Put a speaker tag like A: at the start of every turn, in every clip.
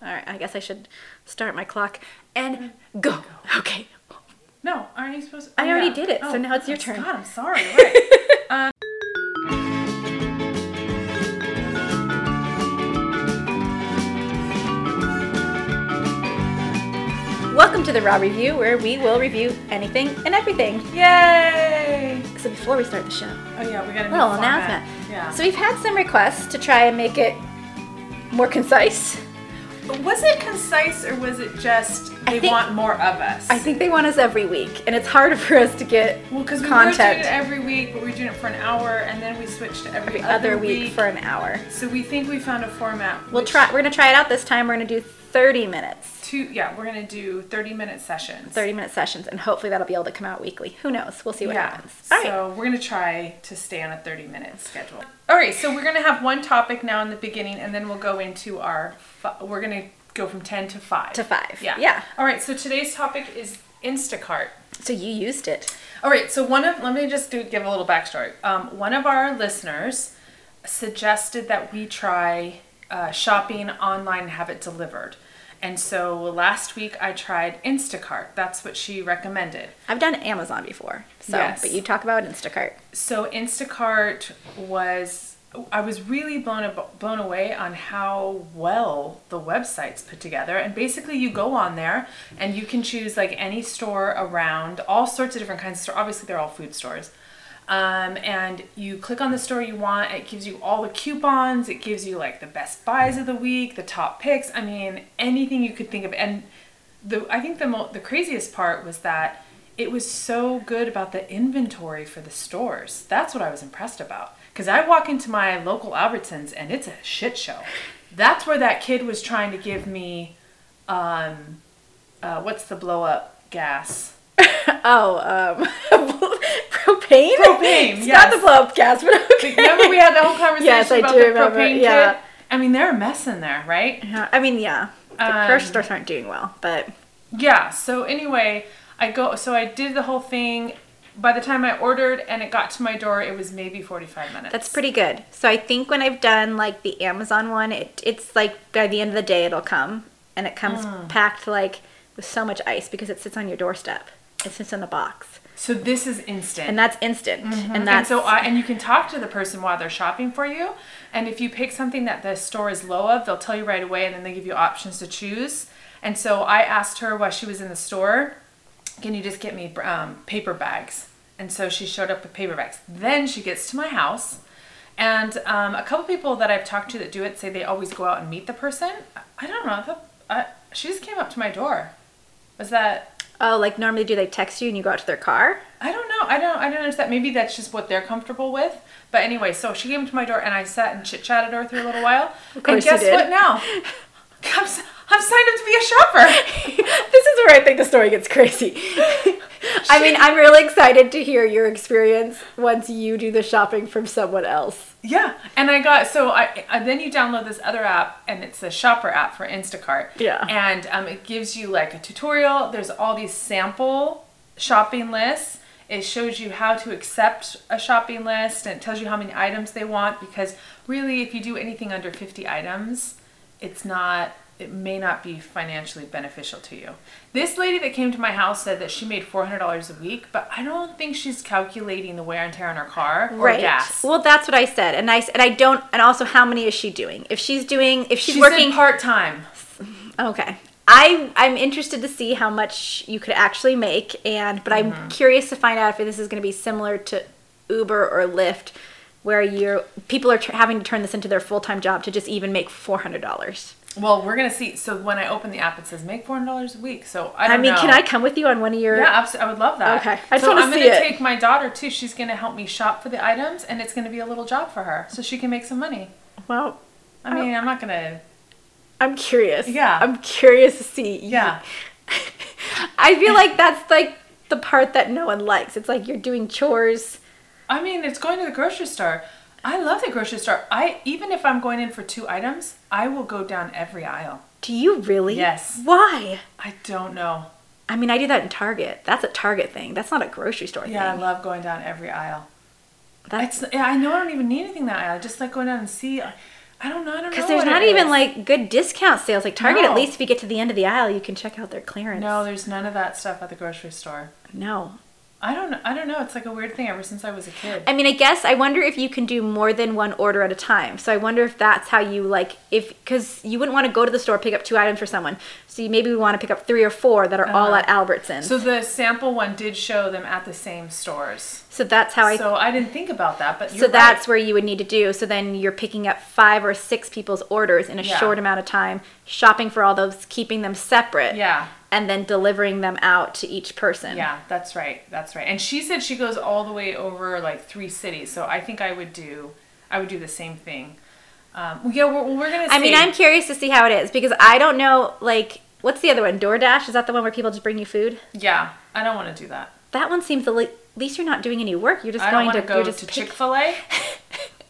A: start. I guess I should start my clock and go. Okay.
B: No, aren't you supposed to?
A: I already did it, so now it's your
B: oh,
A: turn.
B: God, I'm sorry.
A: Uh,
B: Right.
A: Welcome to the Raw Review, where we will review anything and everything.
B: Yay!
A: So before we start the show,
B: Oh, yeah, we got a new
A: little
B: format.
A: announcement.
B: Yeah.
A: So we've had some requests to try and make it more concise.
B: was it concise or was it just
A: I
B: they
A: think-
B: want more of us?
A: I think they want us every week, and it's harder for us to get
B: Well, because we were doing
A: content
B: it every week, but we were doing it for an hour, and then we switched to every,
A: every other week for an hour.
B: So we think we found a format.
A: We'll
B: which
A: try. We're gonna try it out this time. We're gonna do 30 minutes,
B: Two, yeah, we're gonna do thirty-minute sessions.
A: 30 minute sessions, and hopefully that'll be able to come out weekly. Who knows? We'll see what
B: yeah.
A: happens. All right.
B: So we're gonna try to stay on a thirty-minute schedule. All right. So we're gonna have one topic now in the beginning, and then we'll go into our. fi- We're gonna go from ten to five.
A: To five.
B: Yeah.
A: Yeah.
B: All right. So today's topic is Instacart.
A: So you used it.
B: All right, so one of let me just do give a little backstory. Um, one of our listeners suggested that we try uh, shopping online and have it delivered, and so last week I tried Instacart. That's what she recommended.
A: I've done Amazon before. So,
B: Yes.
A: but you talk about Instacart.
B: So Instacart was I was really blown ab- blown away on how well the website's put together. And basically, you go on there and you can choose like any store around, all sorts of different kinds of store. Obviously, they're all food stores. Um, and you click on the store you want. It gives you all the coupons. It gives you like the best buys of the week, the top picks. I mean, anything you could think of. And the I think the mo- the craziest part was that it was so good about the inventory for the stores. That's what I was impressed about. Cause I walk into my local Albertsons and it's a shit show. That's where that kid was trying to give me, um, uh, what's the blow up gas?
A: Oh, um, propane?
B: Propane,
A: It's
B: yes.
A: not the blow up gas, but okay.
B: Remember we had the whole conversation
A: Yes, I
B: about
A: do
B: the
A: remember,
B: propane
A: yeah.
B: kid? I mean, they're a mess in there, right?
A: Yeah, I mean, yeah. The
B: Um,
A: grocery stores aren't doing well, but
B: Yeah, so anyway, I go so I did the whole thing. By the time I ordered and it got to my door, it was maybe 45 minutes.
A: that's pretty good. So I think when I've done like the Amazon one, it, it's like by the end of the day it'll come, and it comes
B: Ah.
A: packed like with so much ice because it sits on your doorstep. It sits in a box,
B: So this is instant.
A: and that's instant, and
B: Mm-hmm. and
A: that's
B: so I, and you can talk to the person while they're shopping for you and if you pick something that the store is low of they'll tell you right away and then they give you options to choose and so i asked her while she was in the store can you just get me um, paper bags and so she showed up with paper bags then she gets to my house and um, a couple people that i've talked to that do it say they always go out and meet the person I- i don't know I thought- I, she just came up to my door was that
A: oh, like normally do they text you and you go out to their car?
B: I don't know. I don't. I don't understand. Maybe that's just what they're comfortable with. But anyway, so she came to my door and I sat and chit chatted her through a little while. and
A: course you
B: guess
A: did.
B: what now? I'm, s- I'm signed up to be a shopper.
A: this is where I think the story gets crazy. I mean, I'm really excited to hear your experience once you do the shopping from someone else.
B: Yeah, and I got so I and then you download this other app and it's a shopper app for Instacart.
A: Yeah.
B: and um, it gives you like a tutorial. There's all these sample shopping lists. It shows you how to accept a shopping list and it tells you how many items they want because really, if you do anything under 50 items, it's not. It may not be financially beneficial to you. This lady that came to my house said that she made $400 a week, but I don't think she's calculating the wear and tear on her car or gas.
A: Well, that's what I said, and I s- and I don't. And also, how many is she doing? If she's doing, if she's
B: She's
A: working,
B: working part time.
A: okay. I I'm interested to see how much you could actually make, and but
B: Mm-hmm.
A: I'm curious to find out if this is going to be similar to Uber or Lyft, where you people are tr- having to turn this into their full time job to just even make four hundred dollars.
B: Well, we're gonna see. So when I open the app, it says make four hundred dollars a week. So I
A: I
B: don't
A: mean,
B: know.
A: can I come with you on one of your?
B: Oh, Yeah, absolutely. I would love that.
A: Okay. I just
B: so
A: wanna
B: I'm
A: see
B: gonna
A: it.
B: take my daughter too. She's gonna help me shop for the items, and it's gonna be a little job for her, so she can make some money.
A: Well, Oh.
B: I mean, I'm not gonna.
A: I'm curious.
B: Yeah.
A: I'm curious to see.
B: Yeah.
A: I feel like that's like the part that no one likes. It's like you're doing chores.
B: I mean, it's going to the grocery store. I love the grocery store. I even if I'm going in for two items, I will go down every aisle.
A: Do you really?
B: Yes.
A: Why?
B: I don't know.
A: I mean, I do that in Target. That's a Target thing. That's not a grocery store
B: Yeah, I
A: thing.
B: love going down every aisle.
A: That's
B: It's, yeah, I know I don't even need anything that aisle. I just like going down and see. I I don't know. I don't know.
A: Because there's
B: what
A: not
B: it
A: even
B: is.
A: like good discount sales. Like Target,
B: No.
A: at least if you get to the end of the aisle, you can check out their clearance.
B: No, there's none of that stuff at the grocery store.
A: no.
B: I don't. I don't know. It's like a weird thing. Ever since I was a kid.
A: I mean, I guess I wonder if you can do more than one order at a time. So I wonder if that's how you like if because you wouldn't want to go to the store pick up two items for someone. So you maybe want to pick up three or four that are all at Albertsons.
B: Uh-huh.
A: So,
B: So the sample one did show them at the same stores.
A: that's how I. So,
B: So I didn't think about that, but you're
A: that's
B: right.
A: where you would need to do. So then you're picking up five or six people's orders in a
B: Yeah.
A: short amount of time, shopping for all those, keeping them separate,
B: Yeah.
A: and then delivering them out to each person.
B: Yeah, that's right. That's right. And she said she goes all the way over like three cities. So I think I would do, I would do the same thing. Um, well, yeah, we're, well, we're gonna.
A: I mean,
B: see.
A: I'm curious to see how it is because I don't know. Like, what's the other one? DoorDash? Is that the one where people just bring you food?
B: Yeah, I don't want to do that.
A: That one seems the le- at least you're not doing any work. You're just
B: I don't
A: going
B: want
A: to
B: to go
A: you're just
B: to
A: pick-
B: Chick Fil A.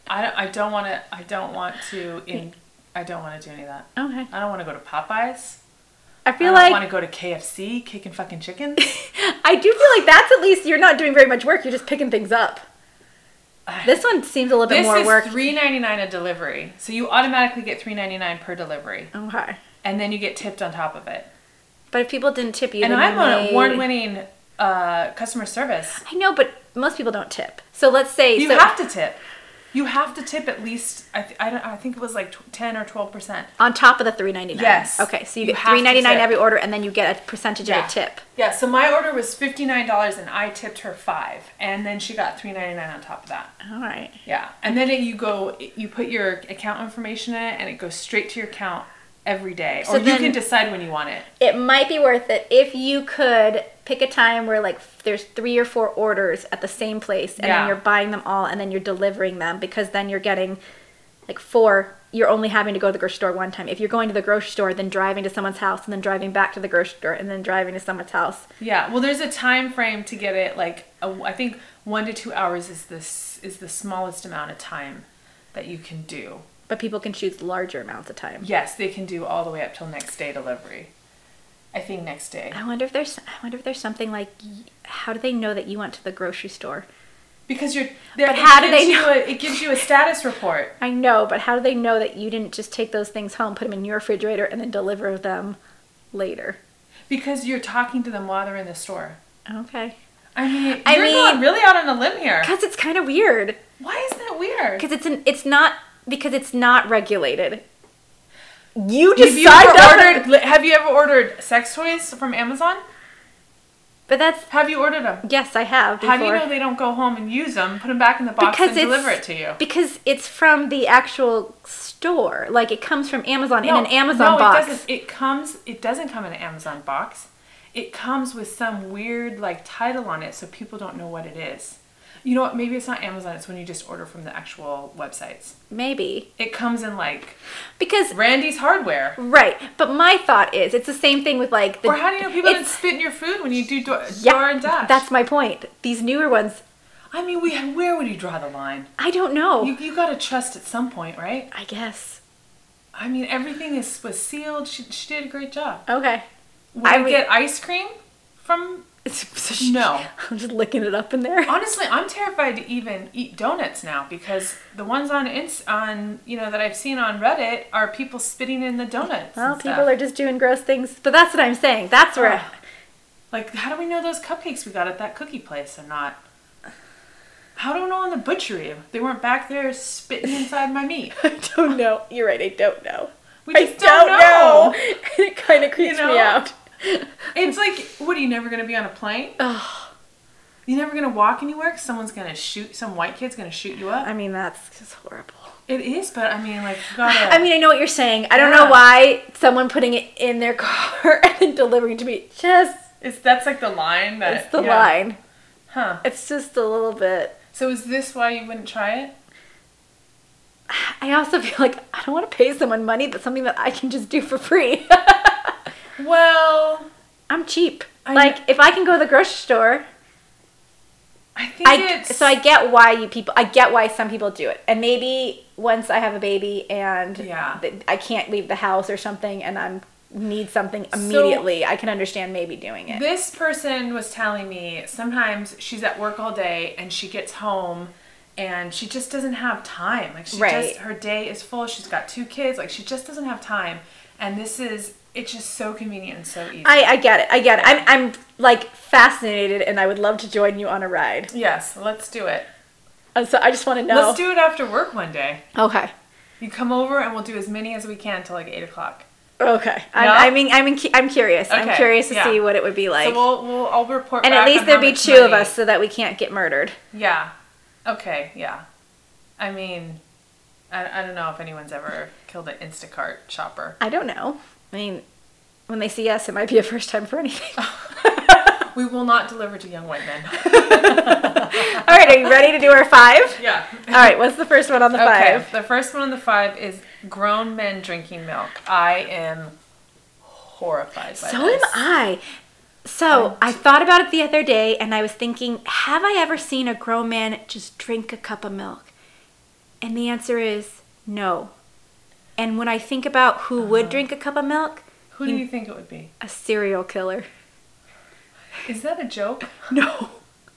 B: I don't. I don't want to. I don't want to. In. I don't want to do any of that.
A: Okay.
B: I don't want to go to Popeyes.
A: I
B: I
A: feel
B: don't
A: like
B: want to go to KFC, kicking fucking chickens.
A: I do feel like that's at least you're not doing very much work. You're just picking things up. This one seems a little bit
B: this
A: more
B: is
A: work.
B: three ninety nine a delivery, so you automatically get three ninety nine per delivery,
A: okay.
B: and then you get tipped on top of it.
A: But if people didn't tip you,
B: And
A: then
B: I'm
A: you
B: on
A: made-
B: a award winning uh, customer service.
A: I know, but most people don't tip. So let's say
B: You
A: so
B: have to tip. You have to tip at least. I th- I, don't, I think it was like tw- ten or twelve percent.
A: on top of the three ninety nine.
B: Yes.
A: Okay, so you,
B: You
A: get
B: have to
A: three ninety nine
B: tip.
A: every order, and then you get a percentage of a tip.
B: Yeah. So my order was fifty nine dollars, and I tipped her five, and then she got three ninety nine on top of that.
A: All right.
B: Yeah. And then it, you go, you put your account information in, it, and it goes straight to your account every day,
A: So
B: or you
A: then-
B: can decide when you want it.
A: it might be worth it if you could pick a time where like there's three or four orders at the same place and
B: Yeah.
A: then you're buying them all and then you're delivering them because then you're getting like four you're only having to go to the grocery store one time if you're going to the grocery store then driving to someone's house and then driving back to the grocery store and then driving to someone's house
B: Yeah, well, there's a time frame to get it. Like a, I think one to two hours is this is the smallest amount of time that you can do.
A: but people can choose larger amounts of time
B: Yes, they can do all the way up till next day delivery. I think next day
A: i wonder if there's i wonder if there's something like y- how do they know that you went to the grocery store
B: because you're. there-
A: But
B: it
A: how do
B: gives
A: they
B: you
A: know?
B: A, it gives you a status report.
A: i know but how do they know that you didn't just take those things home put them in your refrigerator and then deliver them later
B: Because you're talking to them while they're in the store.
A: okay
B: I mean,
A: I
B: you're going
A: mean-
B: really out on a limb here.
A: Because it's kind of weird.
B: Why is that weird?
A: Because it's an, it's not because it's not regulated. You
B: Have
A: just
B: you,
A: signed up.
B: ever ordered, have you ever ordered sex toys from Amazon?
A: but that's
B: Have you ordered them?
A: yes, I have. Before.
B: How do you know they don't go home and use them, put them back in the box,
A: because
B: and
A: it's
B: deliver it to you?
A: because it's from the actual store. Like it comes from Amazon in an Amazon
B: no,
A: box.
B: It, doesn't. it comes. It doesn't come in an Amazon box. It comes with some weird like title on it, so people don't know what it is. You know what? Maybe it's not Amazon. It's when you just order from the actual websites.
A: Maybe
B: It comes in like
A: because
B: Randy's Hardware.
A: right. But my thought is it's the same thing with like the.
B: Or how do you know people didn't
A: it's-
B: spit in your food when you do door, door
A: yeah,
B: and dash?
A: that's my point. These newer ones,
B: I mean, we where would you draw the line?
A: I don't know.
B: You you gotta trust at some point, right?
A: I guess.
B: I mean, everything is was sealed. She, she did a great job.
A: Okay.
B: Would
A: I
B: I
A: would-
B: get ice cream from? No.
A: I'm just looking it up in there.
B: Honestly, I'm terrified to even eat donuts now because the ones on ins- on you know that I've seen on Reddit are people spitting in the donuts.
A: Well,
B: and stuff. Oh.
A: people are just doing gross things, but that's what I'm saying. That's where
B: Ugh. like, how do we know those cupcakes we got at that cookie place are not? How do we know in the butchery if they weren't back there spitting inside my meat?
A: I don't know. You're right. I don't know.
B: We just don't, know.
A: And it kind of creeps
B: know?
A: me out.
B: It's like, what are you never gonna be on a plane?
A: Ugh.
B: You're never gonna walk anywhere. 'cause Someone's gonna shoot. Some white kid's gonna shoot you up.
A: I mean, that's just horrible.
B: It is, but I mean, like, you gotta.
A: I mean, I know what you're saying. I don't
B: Yeah.
A: know why someone putting it in their car and then delivering to me just
B: It's that's like the line that
A: it's the
B: Uh, yeah.
A: line.
B: Huh.
A: It's just a little bit.
B: So is this why you wouldn't try it?
A: I also feel like I don't want to pay someone money that's something that I can just do for free.
B: Well,
A: I'm cheap.
B: I
A: like
B: kn-
A: if I can go to the grocery store
B: I think
A: I,
B: it's
A: so I get why you people. I get why some people do it, and maybe once I have a baby and
B: Yeah.
A: th- I can't leave the house or something, and I'm need something immediately, I can understand maybe doing it.
B: this person was telling me sometimes she's at work all day and she gets home and she just doesn't have time. Like she
A: Right.
B: just her day is full. She's got two kids. Like she just doesn't have time. And this is it's just so convenient and so easy.
A: I, I get it. I get it. I'm, I'm like fascinated and I would love to join you on a ride.
B: yes, let's do it.
A: Uh, So I just want to know.
B: Let's do it after work one day.
A: okay.
B: You come over and we'll do as many as we can till like eight o'clock.
A: Okay. I'm,
B: No?
A: I mean, I'm, in, I'm curious. I'm
B: Okay,
A: curious to
B: yeah.
A: see what it would be like.
B: so we'll we'll I'll report.
A: and
B: back
A: at least
B: on
A: there'd
B: how
A: be
B: much
A: two of
B: money-
A: us so that we can't get murdered.
B: Yeah. Okay. Yeah. I mean, I, I don't know if anyone's ever killed an Instacart shopper.
A: I don't know. I mean, when they see us, it might be a first time for anything.
B: We will not deliver to young white men.
A: All right, are you ready to do our five?
B: yeah.
A: All right, what's the first one on the
B: Okay.
A: five?
B: The first one on the five is grown men drinking milk. I am horrified by
A: So
B: this.
A: am I. So I thought about it the other day and I was thinking, have I ever seen a grown man just drink a cup of milk? And the answer is no. And when I think about who
B: Uh-huh.
A: would drink a cup of milk,
B: Who do you think it would be?
A: a serial killer.
B: Is that a joke?
A: No.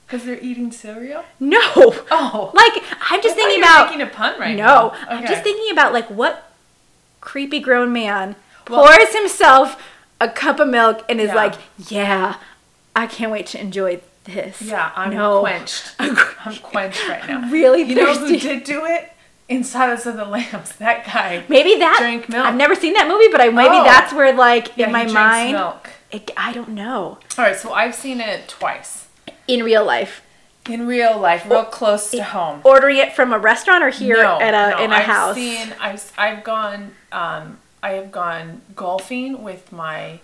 B: Because they're eating cereal?
A: No.
B: Oh.
A: Like, I'm just
B: I thought
A: thinking
B: you were
A: about.
B: making a pun right
A: no,
B: now.
A: I'm
B: Okay.
A: just thinking about like what creepy grown man
B: Well-
A: pours himself a cup of milk and is
B: Yeah.
A: like, yeah, I can't wait to enjoy this.
B: Yeah, I'm
A: No.
B: quenched.
A: I'm
B: I'm
A: quenched.
B: quenched right now.
A: Really
B: You know who
A: thirsty.
B: did do it? In Silence of the Lambs. That guy.
A: Maybe that.
B: Drank milk.
A: I've never seen that movie, but I maybe
B: Oh.
A: that's where like
B: Yeah,
A: in
B: he
A: my
B: drinks
A: mind,
B: Milk.
A: it, I don't know.
B: All right, so I've seen it twice
A: In real life,
B: in real life, real close to home.
A: ordering it from a restaurant or here
B: No,
A: at a
B: no,
A: in a
B: I've
A: house.
B: Seen, I've I've gone. Um, I have gone golfing with my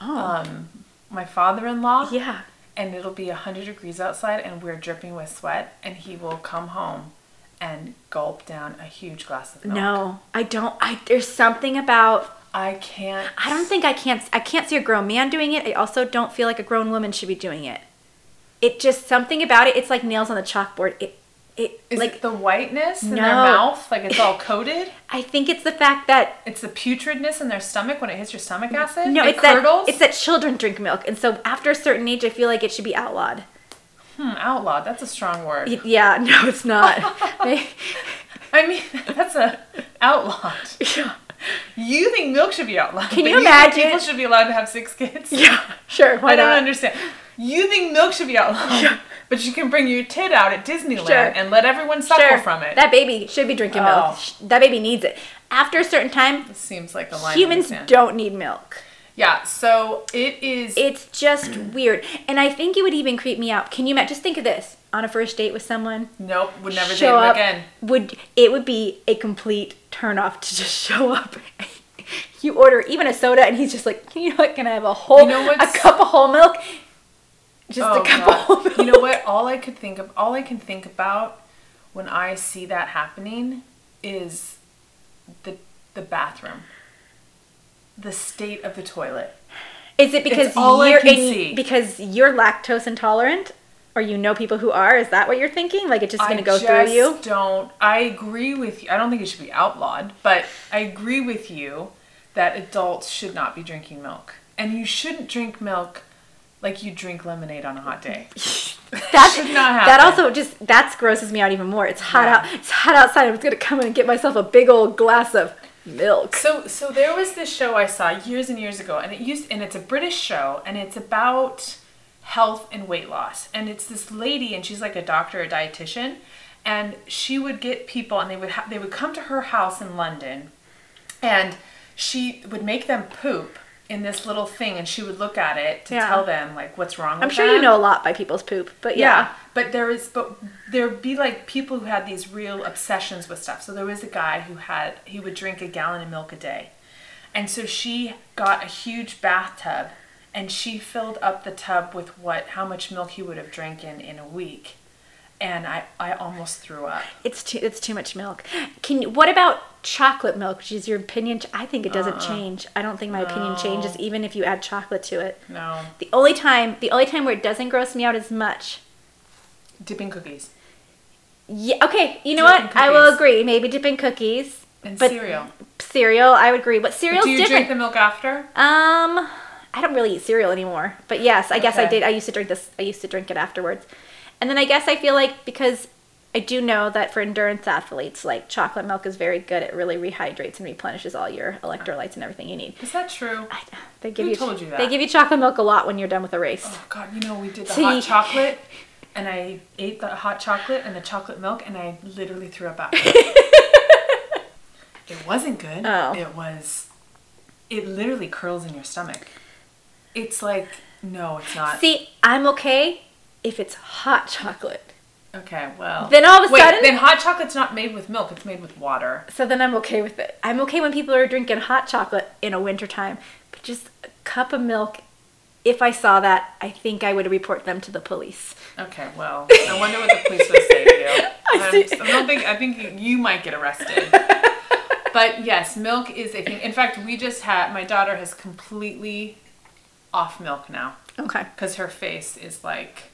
A: oh,
B: um, my father-in-law.
A: yeah.
B: and it'll be 100 degrees outside and we're dripping with sweat and he will come home and gulp down a huge glass of milk.
A: No, I don't. I there's something about
B: I can't.
A: I don't think I can't. I can't see a grown man doing it. I also don't feel like a grown woman should be doing it. It just something about it. It's like nails on the chalkboard. It, it
B: Is
A: like
B: it the whiteness in their
A: No.
B: mouth? Like it's all coated?
A: I think it's the fact that
B: It's the putridness in their stomach when it hits your stomach acid?
A: no,
B: it
A: it's
B: curdles?
A: that it's that children drink milk, and so after a certain age, I feel like it should be outlawed.
B: Hmm, outlawed. That's a strong word.
A: Y- Yeah, no, it's not. They-
B: I mean, that's a outlawed.
A: yeah,
B: You think milk should be outlawed.
A: Can
B: but
A: you
B: think
A: imagine-
B: People should be allowed to have six kids.
A: yeah, sure. Why
B: I don't
A: not?
B: understand. You think milk should be outlawed, but you can bring your tit out at Disneyland
A: Sure.
B: and let everyone suckle
A: Sure,
B: from it.
A: That baby should be drinking
B: Oh.
A: milk. Sh- That baby needs it. After a certain time,
B: Seems like a line. in the
A: humans
B: sand.
A: don't need milk.
B: Yeah. So it is.
A: It's just weird. And I think it would even creep me out. Can you imagine? Just think of this on a first date with someone.
B: nope. Would never date
A: show
B: him
A: up,
B: again.
A: Would it would be a complete turnoff to just show up. you order even a soda, and he's just like, you know what? Can I have a whole
B: You know
A: a
B: what's-
A: cup of whole milk? Just
B: Oh,
A: a cup
B: God.
A: of whole milk.
B: You know what? All I could think of, all I can think about when I see that happening is the the bathroom, the state of the toilet.
A: Is it because
B: It's all I
A: you're
B: can
A: and-
B: see.
A: because you're lactose intolerant, or you know people who are? Is that what you're thinking? Like it's just going
B: I
A: to go
B: just
A: through you?
B: Don't. I agree with you. I don't think it should be outlawed, but I agree with you that adults should not be drinking milk, and you shouldn't drink milk like you drink lemonade on a hot day.
A: That
B: should not
A: That
B: happen.
A: also just that grosses me out even more. It's hot
B: Yeah.
A: out. It's hot outside. I'm just gonna come in and get myself a big old glass of milk.
B: So, so there was this show I saw years and years ago, and it used, and it's a British show, and it's about health and weight loss, and it's this lady, and she's like a doctor, a dietitian, and she would get people, and they would ha- they would come to her house in London, and she would make them poop in this little thing, and she would look at it to
A: Yeah.
B: tell them like what's wrong.
A: I'm sure you know a lot by people's poop, but
B: Yeah.
A: yeah.
B: but there is, but there'd be like people who had these real obsessions with stuff. So there was a guy who had he would drink a gallon of milk a day, and so she got a huge bathtub, and she filled up the tub with what how much milk he would have drank in in a week, and I I almost threw up.
A: it's too it's too much milk. Can you- what about chocolate milk? Which is your opinion? ch- I think it doesn't
B: Uh,
A: change. I don't think my opinion changes even if you add chocolate to it.
B: No,
A: The only time the only time where it doesn't gross me out as much.
B: dipping cookies
A: Yeah, okay, you know
B: Dipping
A: what? I will
B: cookies.
A: agree. Maybe dipping cookies.
B: and
A: But-
B: cereal.
A: Cereal, I would agree. But cereal's
B: Do you
A: different.
B: drink the milk after?
A: Um, I don't really eat cereal anymore, but yes, I guess I
B: Okay.
A: did. I used to drink this. I used to drink it afterwards, and then I guess I feel like because I do know that for endurance athletes, like chocolate milk is very good. It really rehydrates and replenishes all your electrolytes and everything you need.
B: Is that true?
A: I- They give
B: Who
A: you,
B: told you that?
A: they give you chocolate milk a lot when you're done with a race.
B: Oh God, you know we did the
A: See?
B: hot chocolate, and I ate the hot chocolate and the chocolate milk, and I literally threw up after. it wasn't good.
A: Oh.
B: It was. It literally curls in your stomach. It's like no, it's not.
A: See, I'm okay if it's hot chocolate.
B: Okay, well.
A: Then all of a
B: Wait,
A: sudden-
B: then hot chocolate's not made with milk; it's made with water.
A: So then I'm okay with it. I'm okay when people are drinking hot chocolate in a wintertime, but just a cup of milk. If I saw that, I think I would report them to the police.
B: Okay, well, I wonder what the police would say to you.
A: I
B: I,
A: see.
B: I don't think I think you- you might get arrested. But yes, milk is a thing. In fact, we just had my daughter has completely off milk now
A: Okay.
B: because her face is like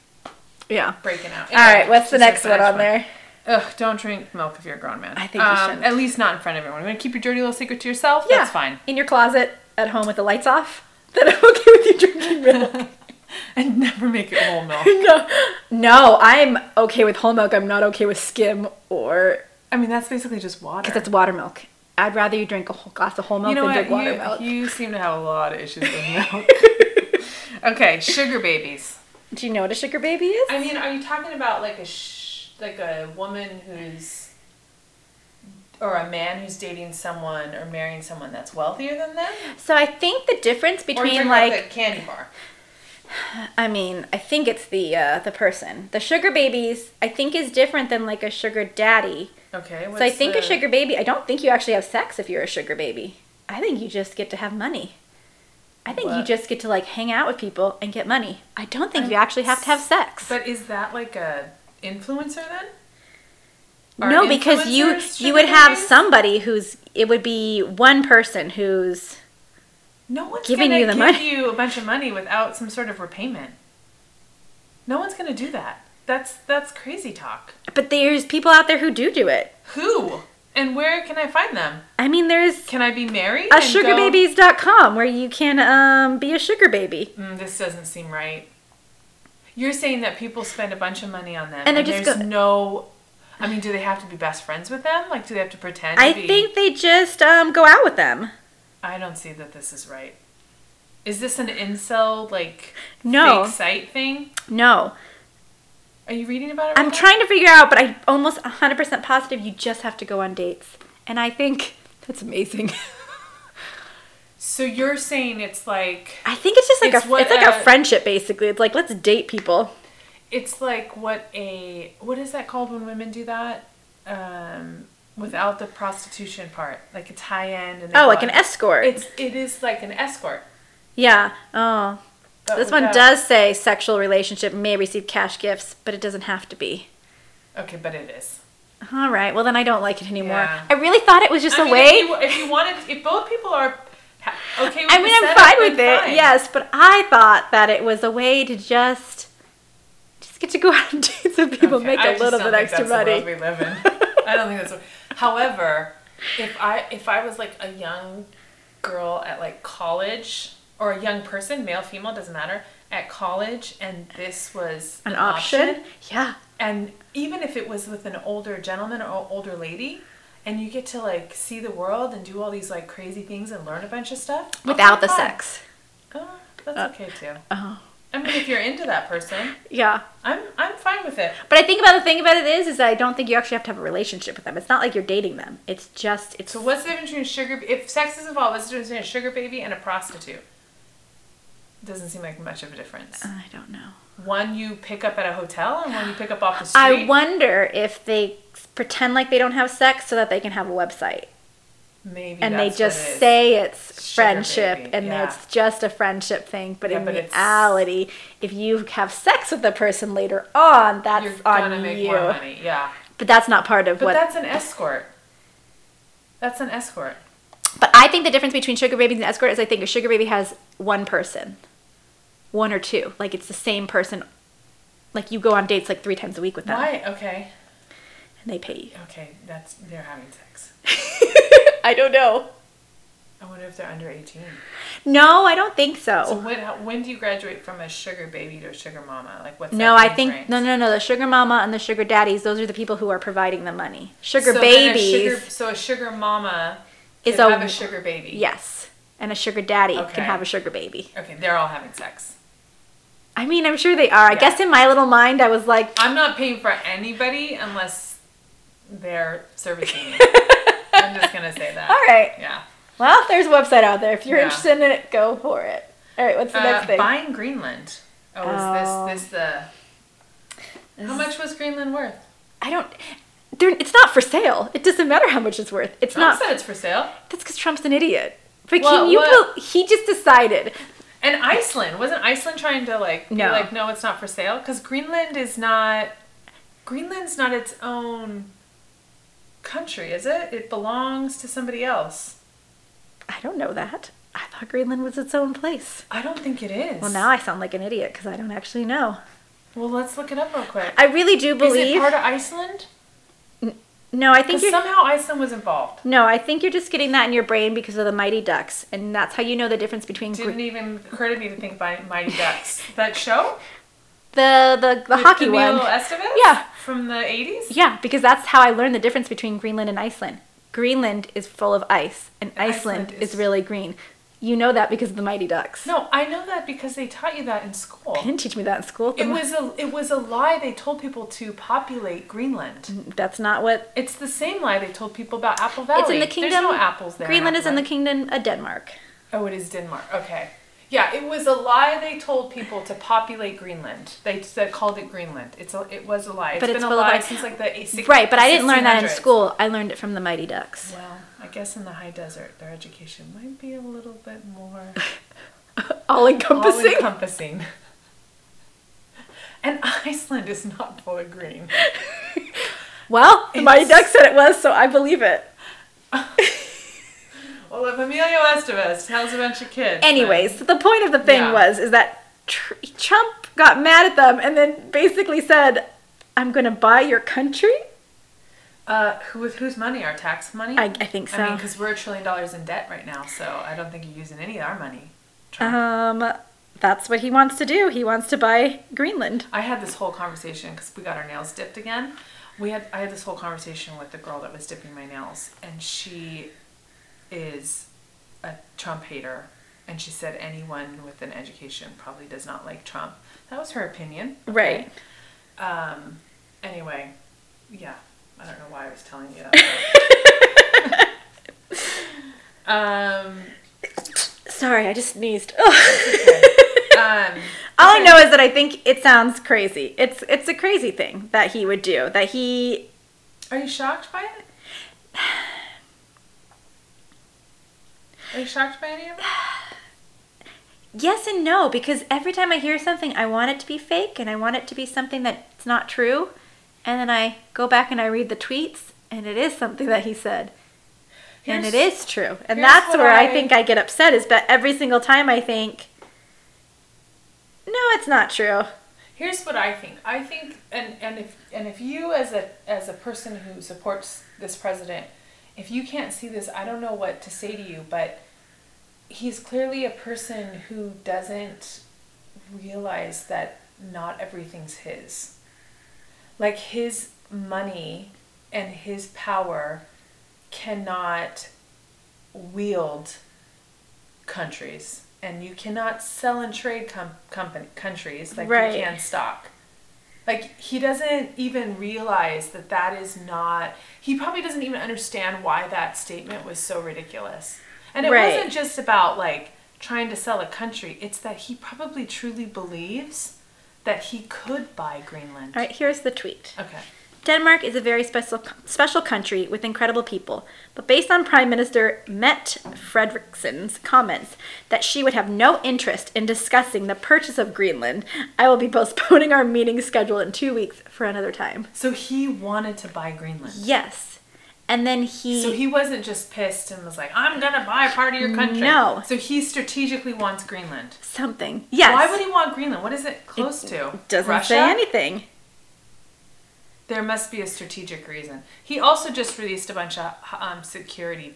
A: Yeah.
B: breaking out.
A: All right. What's the
B: Just
A: next one on there?
B: Ugh, don't drink milk if you're a grown man. Um,
A: I think you shouldn't.
B: At least not in front of everyone. You want to keep your dirty little secret to yourself? That's fine.
A: In your closet at home with the lights off. Then I'm okay with you drinking milk.
B: And never make it whole milk.
A: no, no, I'm okay with whole milk. I'm not okay with skim or
B: I mean, that's basically just water.
A: because that's water milk. I'd rather you drink a whole glass of whole milk
B: You know
A: than
B: what?
A: drink water
B: You,
A: milk.
B: you seem to have a lot of issues with milk. okay, sugar babies.
A: Do you know what a sugar baby is?
B: I mean, are you talking about like a sh- like a woman who's or a man who's dating someone or marrying someone that's wealthier than them?
A: So I think the difference
B: Or you
A: between like
B: a candy bar.
A: I mean, I think it's the uh, the person. The sugar babies, I think, is different than like a sugar daddy.
B: Okay.
A: so I
B: what's
A: think
B: the-
A: a sugar baby. I don't think you actually have sex if you're a sugar baby. I think you just get to have money. I think you
B: What?
A: just get to like hang out with people and get money. I don't think you actually have to have sex.
B: But is that like a influencer then? Are
A: no, because you
B: influencers
A: you
B: sugar
A: would have
B: babies?
A: somebody who's it would be one person who's
B: No one's
A: giving
B: gonna
A: you the
B: give
A: money.
B: you a bunch of money without some sort of repayment. No one's gonna do that. That's that's crazy talk.
A: but there's people out there who do do it.
B: Who and where can I find them?
A: I mean, there's
B: Can I be married?
A: a
B: and go-
A: sugarbabies.com where you can um, be a sugar baby.
B: Mm, this doesn't seem right. You're saying that people spend a bunch of money on them,
A: And
B: and,
A: they're just
B: there's
A: go-
B: no. I mean, do they have to be best friends with them? Like, do they have to pretend?
A: I
B: to be...
A: think they just um, go out with them.
B: I don't see that this is right. Is this an incel like
A: No.
B: fake site thing?
A: No.
B: Are you reading about it?
A: I'm
B: right now?
A: trying to figure out, but I'm almost 100% positive you just have to go on dates. And I think that's amazing.
B: So you're saying it's like
A: I think it's just like
B: It's
A: a
B: what
A: it's like a
B: a-
A: friendship basically. It's like let's date people.
B: it's like what a what is that called when women do that? Um, without the prostitution part, like it's high end and they
A: Oh,
B: go
A: like an
B: out-
A: escort.
B: It's it is like an escort.
A: yeah. Oh.
B: but
A: this one
B: without-
A: does say sexual relationship may receive cash gifts, but it doesn't have to be.
B: Okay, but it is.
A: All right. Well, then I don't like it anymore.
B: Yeah.
A: I really thought it was just
B: I
A: a
B: mean,
A: way
B: If you, if you wanted, if both people are ha- okay with
A: I mean,
B: the
A: I'm
B: setup,
A: fine
B: then
A: with it,
B: fine.
A: yes, but I thought that it was a way to just just get to go out and date some people,
B: Okay,
A: make
B: I
A: a
B: just
A: little
B: don't
A: bit
B: think
A: extra
B: that's the world
A: money.
B: we live in. I don't think that's. what- However, if I if I was like a young girl at like college or a young person, male, female, doesn't matter, at college, and this was
A: An option? Yeah.
B: and even if it was with an older gentleman or older lady. And you get to like see the world and do all these like crazy things and learn a bunch of stuff
A: Without the
B: fine.
A: sex.
B: Oh, that's okay too.
A: Oh.
B: I mean, if you're into that person,
A: Yeah.
B: I'm I'm fine with it.
A: But I think about the thing about it is is I don't think you actually have to have a relationship with them. It's not like you're dating them. It's just it's
B: So what's the difference between sugar? If sex is involved, what's the difference between a sugar baby and a prostitute? Doesn't seem like much of a difference.
A: I don't know.
B: One you pick up at a hotel, and one you pick up off the street.
A: Uh-huh. I wonder if they pretend like they don't have sex so that they can have a website.
B: Maybe
A: and they
B: that's
A: just
B: what it is.
A: say it's
B: Sugar
A: friendship
B: baby,
A: and
B: yeah.
A: it's just a friendship thing but
B: Yeah,
A: in
B: but it's-
A: reality if you have sex with the person later on that's
B: you're
A: on
B: gonna make
A: you
B: more money. Yeah,
A: but that's not part of
B: but
A: what
B: that's an escort. That's an escort.
A: but i think the difference between sugar babies and escort is i think a sugar baby has one person one or two like it's the same person like you go on dates like three times a week with them
B: Why? Okay,
A: and they pay you
B: okay, that's they're having sex.
A: i don't know
B: I wonder if they're under 18.
A: No, I don't think
B: So
A: so.
B: when, how- when do you graduate from a sugar baby to a sugar mama? Like what's
A: No,
B: that
A: I
B: time frame?
A: think no, no, no. The sugar mama and the sugar daddies; those are the people who are providing the money. Sugar
B: So then a
A: babies
B: sugar, so a sugar mama
A: is
B: could
A: a,
B: have a sugar baby.
A: yes, and a sugar daddy
B: Okay.
A: can have a sugar baby.
B: Okay, they're all having sex.
A: I mean, I'm sure they are. I
B: Yeah.
A: guess in my little mind, I was like,
B: I'm not paying for anybody unless they're servicing me. I'm just gonna say that.
A: all right,
B: Yeah.
A: well, there's a website out there. If you're
B: Yeah.
A: interested in it, go for it. All right, what's the next
B: Uh,
A: thing?
B: buying Greenland. Oh,
A: Oh.
B: is this this the? How much was Greenland worth?
A: I don't. They're, it's not for sale. It doesn't matter how much it's worth. It's
B: Trump
A: not.
B: said it's for sale.
A: That's because Trump's an idiot. But
B: Well,
A: can you?
B: what-
A: bel- He just decided.
B: And Iceland wasn't Iceland trying to like be
A: No.
B: like no, it's not for sale because Greenland is not. Greenland's not its own country, is it? It belongs to somebody else.
A: I don't know that. I thought Greenland was its own place.
B: I don't think it is.
A: Well, now I sound like an idiot because I don't actually know.
B: Well, let's look it up real quick.
A: I really do
B: Is it
A: believe.
B: part of Iceland?
A: no, I think
B: Because
A: you're.
B: somehow Iceland was involved.
A: No, I think you're just getting that in your brain because of the Mighty Ducks, and that's how you know the difference between Gre-
B: Didn't even occur to me to think about Mighty Ducks. That show?
A: the the, the
B: With
A: hockey
B: Emilio
A: one.
B: Estevez?
A: Yeah.
B: From the 80s?
A: Yeah, because that's how I learned the difference between Greenland and Iceland. Greenland is full of ice, and Iceland,
B: Iceland
A: is,
B: is-
A: really green. You know that because of the Mighty Ducks.
B: No, I know that because they taught you that in school.
A: They didn't teach me that in school.
B: It was a it was a lie they told people to populate Greenland.
A: that's not what.
B: It's the same lie they told people about Apple Valley.
A: It's in the kingdom.
B: There's no apples there.
A: Greenland is in the kingdom of Denmark.
B: Oh, it is Denmark. Okay. Yeah, it was a lie they told people to populate Greenland. They said, called it Greenland. It's a, it was a lie.
A: But it's
B: it's been a
A: full of
B: lie
A: ice.
B: since like the eight- six-
A: Right, but I didn't learn that in
B: 1600s.
A: school. I learned it from the Mighty Ducks.
B: Well, I guess in the high desert, their education might be a little bit more
A: All encompassing.
B: all-encompassing. And Iceland is not full of green.
A: well, the Mighty
B: It's-
A: Ducks said it was, so I believe it.
B: Well, if Emilio Estevez tells a bunch of kids. then-
A: Anyways, the point of the thing
B: Yeah.
A: was is that tr- Trump got mad at them and then basically said, "I'm going to buy your country."
B: Uh, who, with whose money? Our tax money?
A: I, I think so.
B: I mean, because we're a trillion dollars in debt right now, so I don't think you're using any of our money. Trump.
A: um, that's what he wants to do. He wants to buy Greenland.
B: I had this whole conversation because we got our nails dipped again. We had I had this whole conversation with the girl that was dipping my nails, and she is a Trump hater. And she said anyone with an education probably does not like Trump. That was her opinion.
A: Right.
B: Um, anyway, yeah, I don't know why I was telling you that. um,
A: Sorry, I just sneezed. Ugh.
B: um,
A: All I know is that I think it sounds crazy. It's it's a crazy thing that he would do. That he
B: are you shocked by it? Are you shocked by any of it?
A: Yes and no, because every time I hear something, I want it to be fake and I want it to be something that's not true. And then I go back and I read the tweets, and it is something that he said. and it
B: Here's-
A: is true. And
B: here's
A: that's
B: what
A: where I...
B: I-
A: think I get upset is that every single time I think, no, it's not true.
B: Here's what I think. I think, and, and if and if you as a as a person who supports this president, if you can't see this, I don't know what to say to you. But he's clearly a person who doesn't realize that not everything's his. Like his money and his power cannot wield countries, and you cannot sell and trade com- company countries like
A: Right.
B: you can stock. Like he doesn't even realize that that is not. He probably doesn't even understand why that statement was so ridiculous. And it
A: Right.
B: wasn't just about like trying to sell a country. It's that he probably truly believes that he could buy Greenland.
A: All right, here's the tweet.
B: Okay.
A: Denmark is a very special special country with incredible people, but based on Prime Minister Mette Frederiksen's comments that she would have no interest in discussing the purchase of Greenland, I will be postponing our meeting scheduled in 2 weeks for another time.
B: So he wanted to buy Greenland.
A: Yes. And then he,
B: So he wasn't just pissed and was like, "I'm gonna buy part of your country."
A: No.
B: So he strategically wants Greenland.
A: something. Yes.
B: Why would he want Greenland? What is it close to?
A: doesn't
B: Russia?
A: say anything.
B: There must be a strategic reason. He also just released a bunch of um, security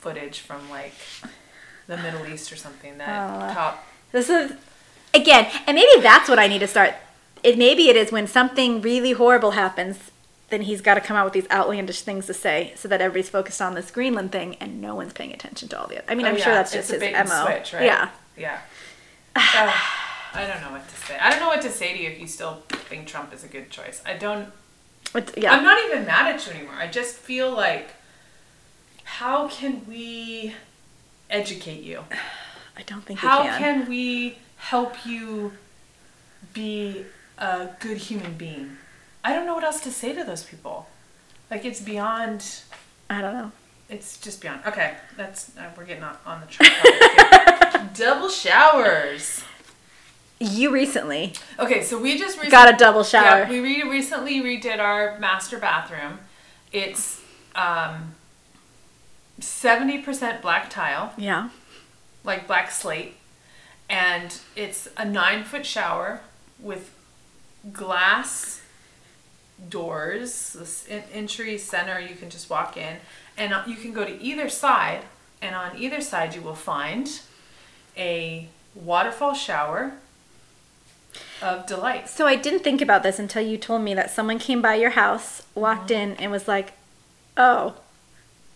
B: footage from like the Middle East or something that
A: Oh.
B: top.
A: This is again, and maybe that's what I need to start. It maybe it is when something really horrible happens, then he's got to come out with these outlandish things to say, so that everybody's focused on this Greenland thing and no one's paying attention to all the. Other. I mean,
B: Oh,
A: I'm
B: yeah,
A: sure that's
B: it's
A: just
B: a
A: his
B: bait and
A: mo.
B: Switch, right?
A: Yeah,
B: Yeah. Ugh, I don't know what to say. I don't know what to say to you if you still think Trump is a good choice. I don't.
A: It's- yeah.
B: I'm not even mad at you anymore. I just feel like, how can we educate you?
A: I don't think
B: How
A: he can.
B: can we help you be a good human being? I don't know what else to say to those people. Like it's beyond.
A: I don't know.
B: It's just beyond. Okay, that's uh, we're getting on, on the track. here. double showers.
A: You recently
B: Okay, so we just recently
A: got a double shower.
B: Yeah, we re- recently redid our master bathroom. It's um, 70% black tile,
A: yeah.
B: like black slate, and it's a nine foot shower with glass doors, this en- entry center you can just walk in, and uh, you can go to either side, and on either side you will find a waterfall shower of delights.
A: So I didn't think about this until you told me that someone came by your house, walked in, and was like, "Oh,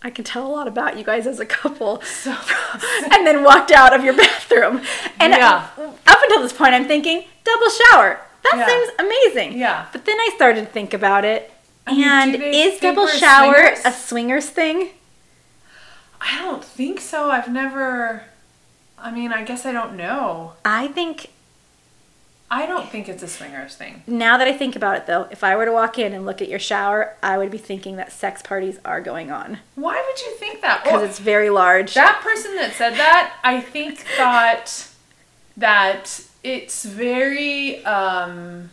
A: I can tell a lot about you guys as a couple," and then walked out of your bathroom. And
B: Yeah.
A: up until this point, I'm thinking double shower. That
B: Yeah.
A: seems amazing.
B: Yeah.
A: But then I started to think about it.
B: I mean, do
A: and
B: they
A: is
B: think
A: double
B: we're
A: shower
B: swingers?
A: a swingers thing?
B: I don't think so. I've never. I mean, I guess I don't know.
A: I think
B: I don't think it's a swingers thing.
A: now that I think about it though, if I were to walk in and look at your shower, I would be thinking that sex parties are going on
B: Why would you think that?
A: because
B: Or-
A: it's very large.
B: that person that said that, I think thought that it's very. um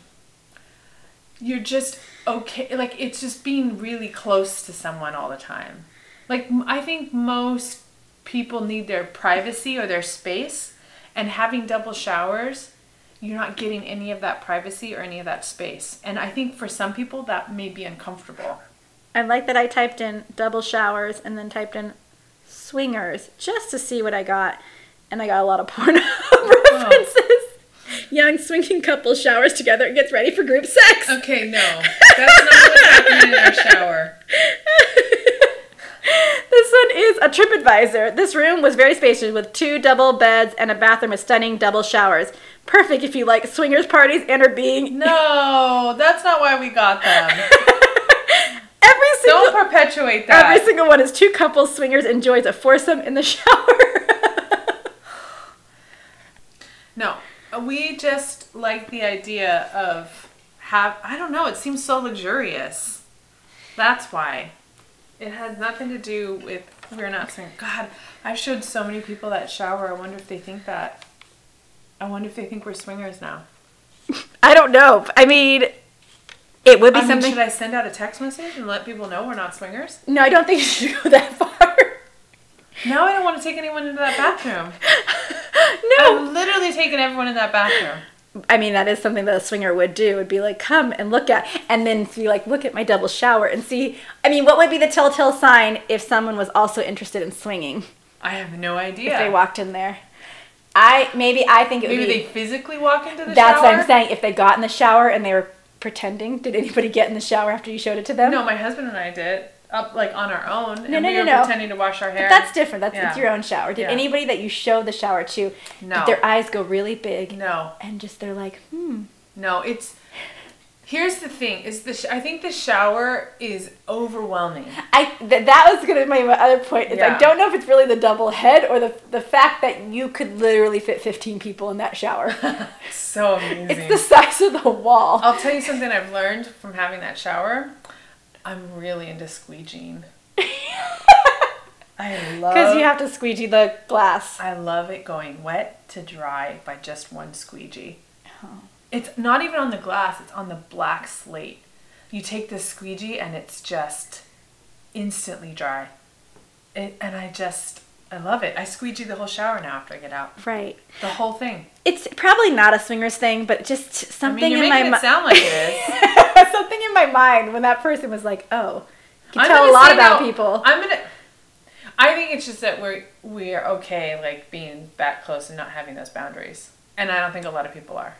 B: You're just okay. Like it's just being really close to someone all the time. Like m- I think most people need their privacy or their space, and having double showers. You're not getting any of that privacy or any of that space. And I think for some people that may be uncomfortable.
A: I like that I typed in double showers and then typed in swingers just to see what I got. And I got a lot of porn
B: Oh.
A: references. Young swinging couple showers together and gets ready for group sex.
B: Okay, no. That's not what's happening in our shower.
A: This one is a TripAdvisor. This room was very spacious with two double beds and a bathroom with stunning double showers. Perfect if you like swingers parties and are being
B: No, that's not why we got them.
A: every single
B: Don't perpetuate
A: every
B: that.
A: single one is two couples swingers enjoys a foursome in the shower.
B: No, we just like the idea of have. I don't know. It seems so luxurious. That's why. It has nothing to do with we're not saying. God, I've showed so many people that shower. I wonder if they think that. I wonder if they think we're swingers now.
A: I don't know. I mean, it would be
B: I mean,
A: something.
B: should I send out a text message and let people know we're not swingers?
A: No, I don't think you should go that far.
B: Now I don't want to take anyone into that bathroom.
A: no.
B: I'm literally taking everyone in that bathroom.
A: I mean, that is something that a swinger would do. Would be like, come and look at, and then be like, look at my double shower and see. I mean, what would be the telltale sign if someone was also interested in swinging?
B: I have no idea.
A: If they walked in there, I maybe I think it would be.
B: Maybe they physically walk into the
A: that's
B: shower.
A: what I'm saying. If they got in the shower and they were pretending, did anybody get in the shower after you showed it to them?
B: No, my husband and I did up like on our own, and
A: no,
B: we
A: no,
B: were
A: no.
B: pretending to wash our hair.
A: But that's different. That's it's
B: Yeah.
A: your own shower. Did
B: Yeah.
A: anybody that you showed the shower to?
B: No.
A: Did their eyes go really big?
B: no,
A: And just they're like, hmm.
B: no. It's here's the thing: is the sh- I think the shower is overwhelming.
A: I th- that was gonna be my other point. Is I
B: Yeah.
A: don't know if it's really the double head or the the fact that you could literally fit 15 people in that shower.
B: It's so amazing.
A: it's the size of the wall.
B: I'll tell you something I've learned from having that shower. I'm really into squeegeeing. I love
A: Because you have to squeegee the glass.
B: I love it going wet to dry by just one squeegee.
A: Oh,
B: It's not even on the glass, it's on the black slate. You take the squeegee and it's just instantly dry. It, and I just, I love it. I squeegee the whole shower now after I get out.
A: Right.
B: The whole thing.
A: It's probably not a swingers thing, but just
B: I mean,
A: something
B: you're
A: in my
B: making it
A: mind.
B: sound like it is.
A: something in my mind when that person was like, "Oh, you can
B: I'm
A: tell a
B: gonna
A: lot
B: say
A: about
B: no.
A: people."
B: I'm gonna. I think it's just that we're we're okay like being that close and not having those boundaries. And I don't think a lot of people are.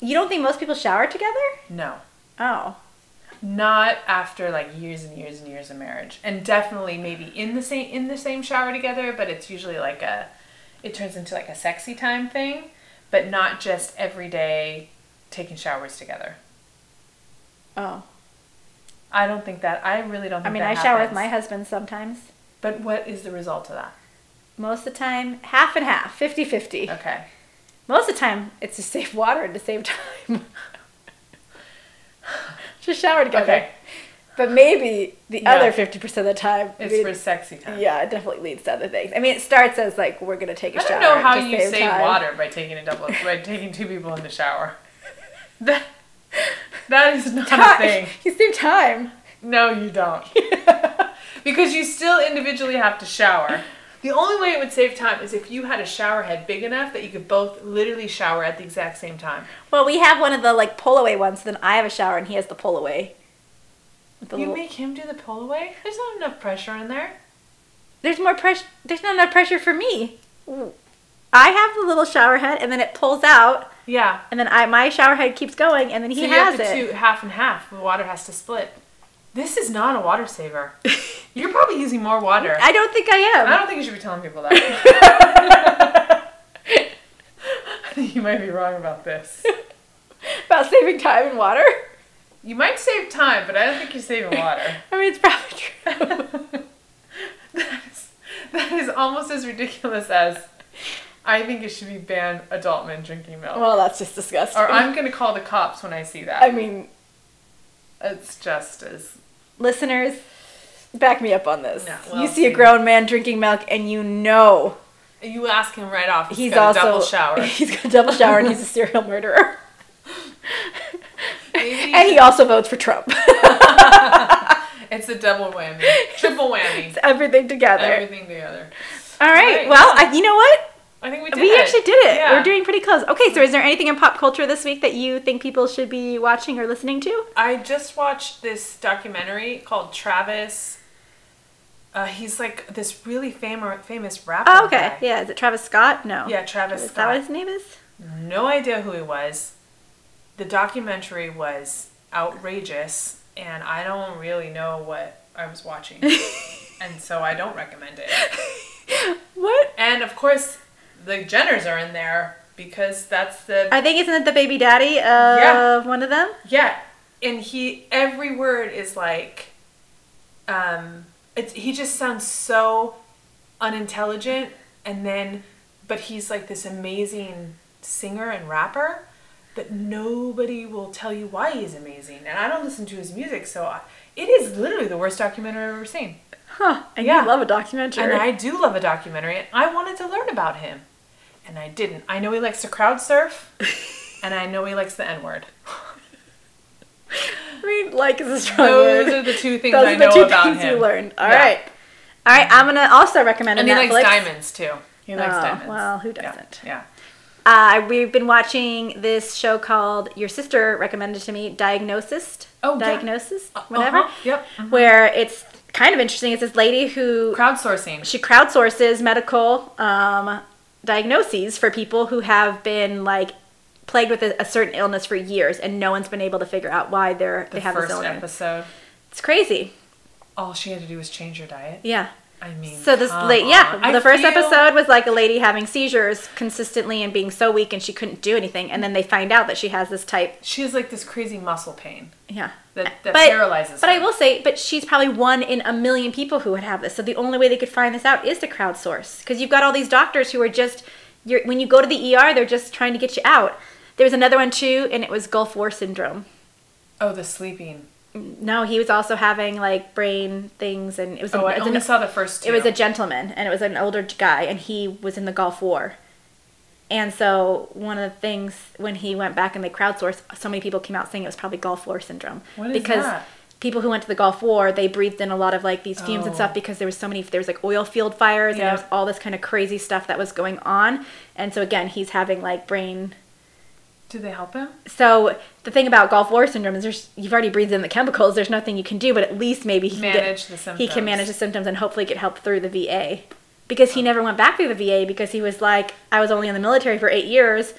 A: You don't think most people shower together?
B: No.
A: Oh.
B: Not after like years and years and years of marriage. And definitely maybe in the same in the same shower together, but it's usually like a it turns into like a sexy time thing, but not just every day taking showers together.
A: Oh.
B: I don't think that I really don't
A: I
B: think
A: mean, I
B: that
A: shower with
B: happens.
A: my husband sometimes.
B: But what is the result of that?
A: Most of the time, half and half, 50 50.
B: Okay.
A: Most of the time, it's to save water and to save time. Just shower together.
B: Okay.
A: But maybe the
B: Yeah.
A: other 50% of the time.
B: It's
A: it-
B: for sexy time.
A: yeah, it definitely leads to other things. I mean, it starts as like, we're going to take a
B: I
A: shower.
B: don't know how
A: to
B: you
A: save
B: save,
A: time.
B: water by taking a double by taking two people in the shower. That that is not a thing.
A: Time. You save time.
B: No, you don't. because you still individually have to shower. The only way it would save time is if you had a shower head big enough that you could both literally shower at the exact same time.
A: Well, we have one of the like pull away ones, so then I have a shower and he has the pull away. With the
B: you
A: little-
B: make him do the pull away? There's not enough pressure in there.
A: there's more pressure. There's not enough pressure for me. I have the little shower head, and then it pulls out,
B: Yeah.
A: and then I my shower head keeps going, and then he
B: so you
A: has
B: have the
A: it.
B: two half and half. The water has to split. This is not a water saver. You're probably using more water.
A: I don't think I
B: I
A: am.
B: don't think you should be telling people that. I think you might be wrong about this.
A: About saving time and water.
B: You might save time, but I don't think you're saving water.
A: I mean, it's probably true.
B: that, is, that is almost as ridiculous as I think it should be banned adult men drinking milk.
A: well, that's just disgusting.
B: or I'm going to call the cops when I see that.
A: I mean,
B: it's just as.
A: listeners, back me up on this.
B: No, well,
A: you see a
B: see.
A: grown man drinking milk, and you know
B: You ask him right off.
A: He's
B: got
A: also
B: a double shower.
A: He's got a double shower, and he's a serial murderer.
B: Maybe-
A: and he also votes for Trump.
B: It's a double whammy, triple whammy,
A: It's everything together.
B: everything together.
A: All right.
B: All right.
A: Well, I, you know what?
B: I think we did.
A: we
B: it.
A: actually did it.
B: Yeah.
A: We're doing pretty close. Okay. So, is there anything in pop culture this week that you think people should be watching or listening to?
B: I just watched this documentary called Travis. Uh, he's like this really fam- famous rapper.
A: Oh, okay.
B: guy.
A: Yeah. Is it Travis Scott? No.
B: Yeah, Travis
A: Is that
B: Scott.
A: what his name is?
B: No idea who he was. The documentary was outrageous, and I don't really know what I was watching, and so I don't recommend it.
A: What?
B: And of course, the Jenners are in there because that's the
A: I think isn't it the baby daddy of
B: Yeah.
A: one of them?
B: Yeah, and he every word is like, um, it's he just sounds so unintelligent, and then, but he's like this amazing singer and rapper, but nobody will tell you why he's amazing. And I don't listen to his music, so I, it is literally the worst documentary I've ever seen.
A: Huh. And
B: Yeah.
A: you love a documentary.
B: And I do love a documentary, and I wanted to learn about him, and I didn't. I know he likes to crowd surf, and I know he likes the N word.
A: I mean, like is a strong
B: Those
A: word.
B: are the two things
A: Those
B: I
A: are the
B: know
A: two
B: about
A: things
B: him.
A: you learned. All
B: Yeah.
A: right. All right, I'm gonna also recommend a
B: And he
A: Netflix.
B: likes diamonds too. He likes
A: Oh,
B: diamonds.
A: well, who
B: Yeah,
A: doesn't?
B: Yeah.
A: Uh, we've been watching this show called Your Sister recommended to me, Diagnosist.
B: Oh, yeah.
A: Diagnosis, whatever.
B: Uh-huh, Yep.
A: Where it's kind of interesting. It's this lady who
B: Crowdsourcing.
A: she crowdsources medical um, diagnoses for people who have been like plagued with a, a certain illness for years, and no one's been able to figure out why they're
B: The
A: they have
B: first
A: this illness.
B: episode.
A: It's crazy.
B: All she had to do was change her diet.
A: Yeah.
B: I mean.
A: So this
B: come
A: late, yeah,
B: on. I
A: the first
B: feel-
A: episode was like a lady having seizures consistently and being so weak and she couldn't do anything, and then they find out that she has this type.
B: She has like this crazy muscle pain
A: Yeah.
B: that, that
A: But-
B: paralyzes
A: But
B: her.
A: I will say, but she's probably one in a million people who would have this. So the only way they could find this out is to crowdsource, because you've got all these doctors who are just, you're, when you go to the ER, they're just trying to get you out. There was another one too, and it was Gulf War syndrome.
B: oh, the sleeping.
A: No, he was also having like brain things, and it was.
B: Oh, I
A: it was
B: only saw the first two.
A: it was a gentleman and it was an older guy and he was in the gulf war and so one of the things when he went back and they crowdsourced so many people came out saying it was probably gulf war syndrome
B: What is
A: because
B: that?
A: people who went to the gulf war they breathed in a lot of like these fumes and
B: Oh.
A: stuff because there was so many there was like oil field fires and
B: Yeah.
A: there was all this kind of crazy stuff that was going on and so again he's having like brain
B: Do they help him?
A: So the thing about Gulf War syndrome is there's you've already breathed in the chemicals. There's nothing you can do, but at least maybe he
B: Manage
A: can
B: the
A: he can
B: symptoms. Oh.
A: manage the symptoms and hopefully get help through the VA. Because he never went back through the VA because he was like, I was only in the military for eight years,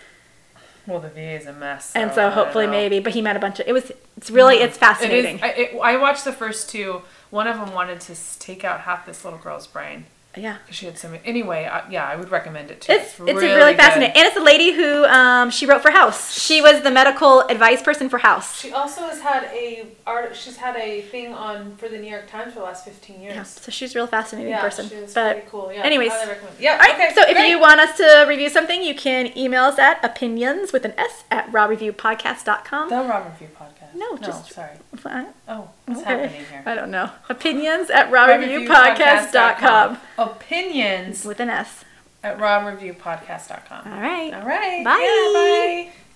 B: Well, the VA is a mess.
A: and
B: Oh, I
A: so
B: don't
A: hopefully
B: know. Mm.
A: maybe. But he met a bunch of it was it's really it's
B: It
A: fascinating.
B: is. I, it, I watched the first two. One of them wanted to s- take out half this little girl's brain
A: yeah.
B: because she had some. Anyway, I, yeah, I would recommend it too.
A: It's it's really, fascinating, and it's a lady who um, she wrote for House. She was the medical advice person for House.
B: She also has had a art. She's had a thing on for the New York Times for the last fifteen years.
A: Yeah, so she's a real fascinating person. but
B: cool. Yeah.
A: anyways. highly
B: yeah.
A: All right. so if you want us to review something, you can email us at opinions with an S at rawreviewpodcast.com.
B: the Robin View podcast.
A: No,
B: no,
A: just-
B: sorry.
A: com.
B: Oh, what's happening here?
A: I don't know. Opinions at
B: RobReviewPodcast.com.
A: rawreviewpodcast.com
B: Opinions
A: with an S.
B: at RobReviewPodcast.com.
A: All right.
B: All right.
A: Bye.
B: Yeah, bye.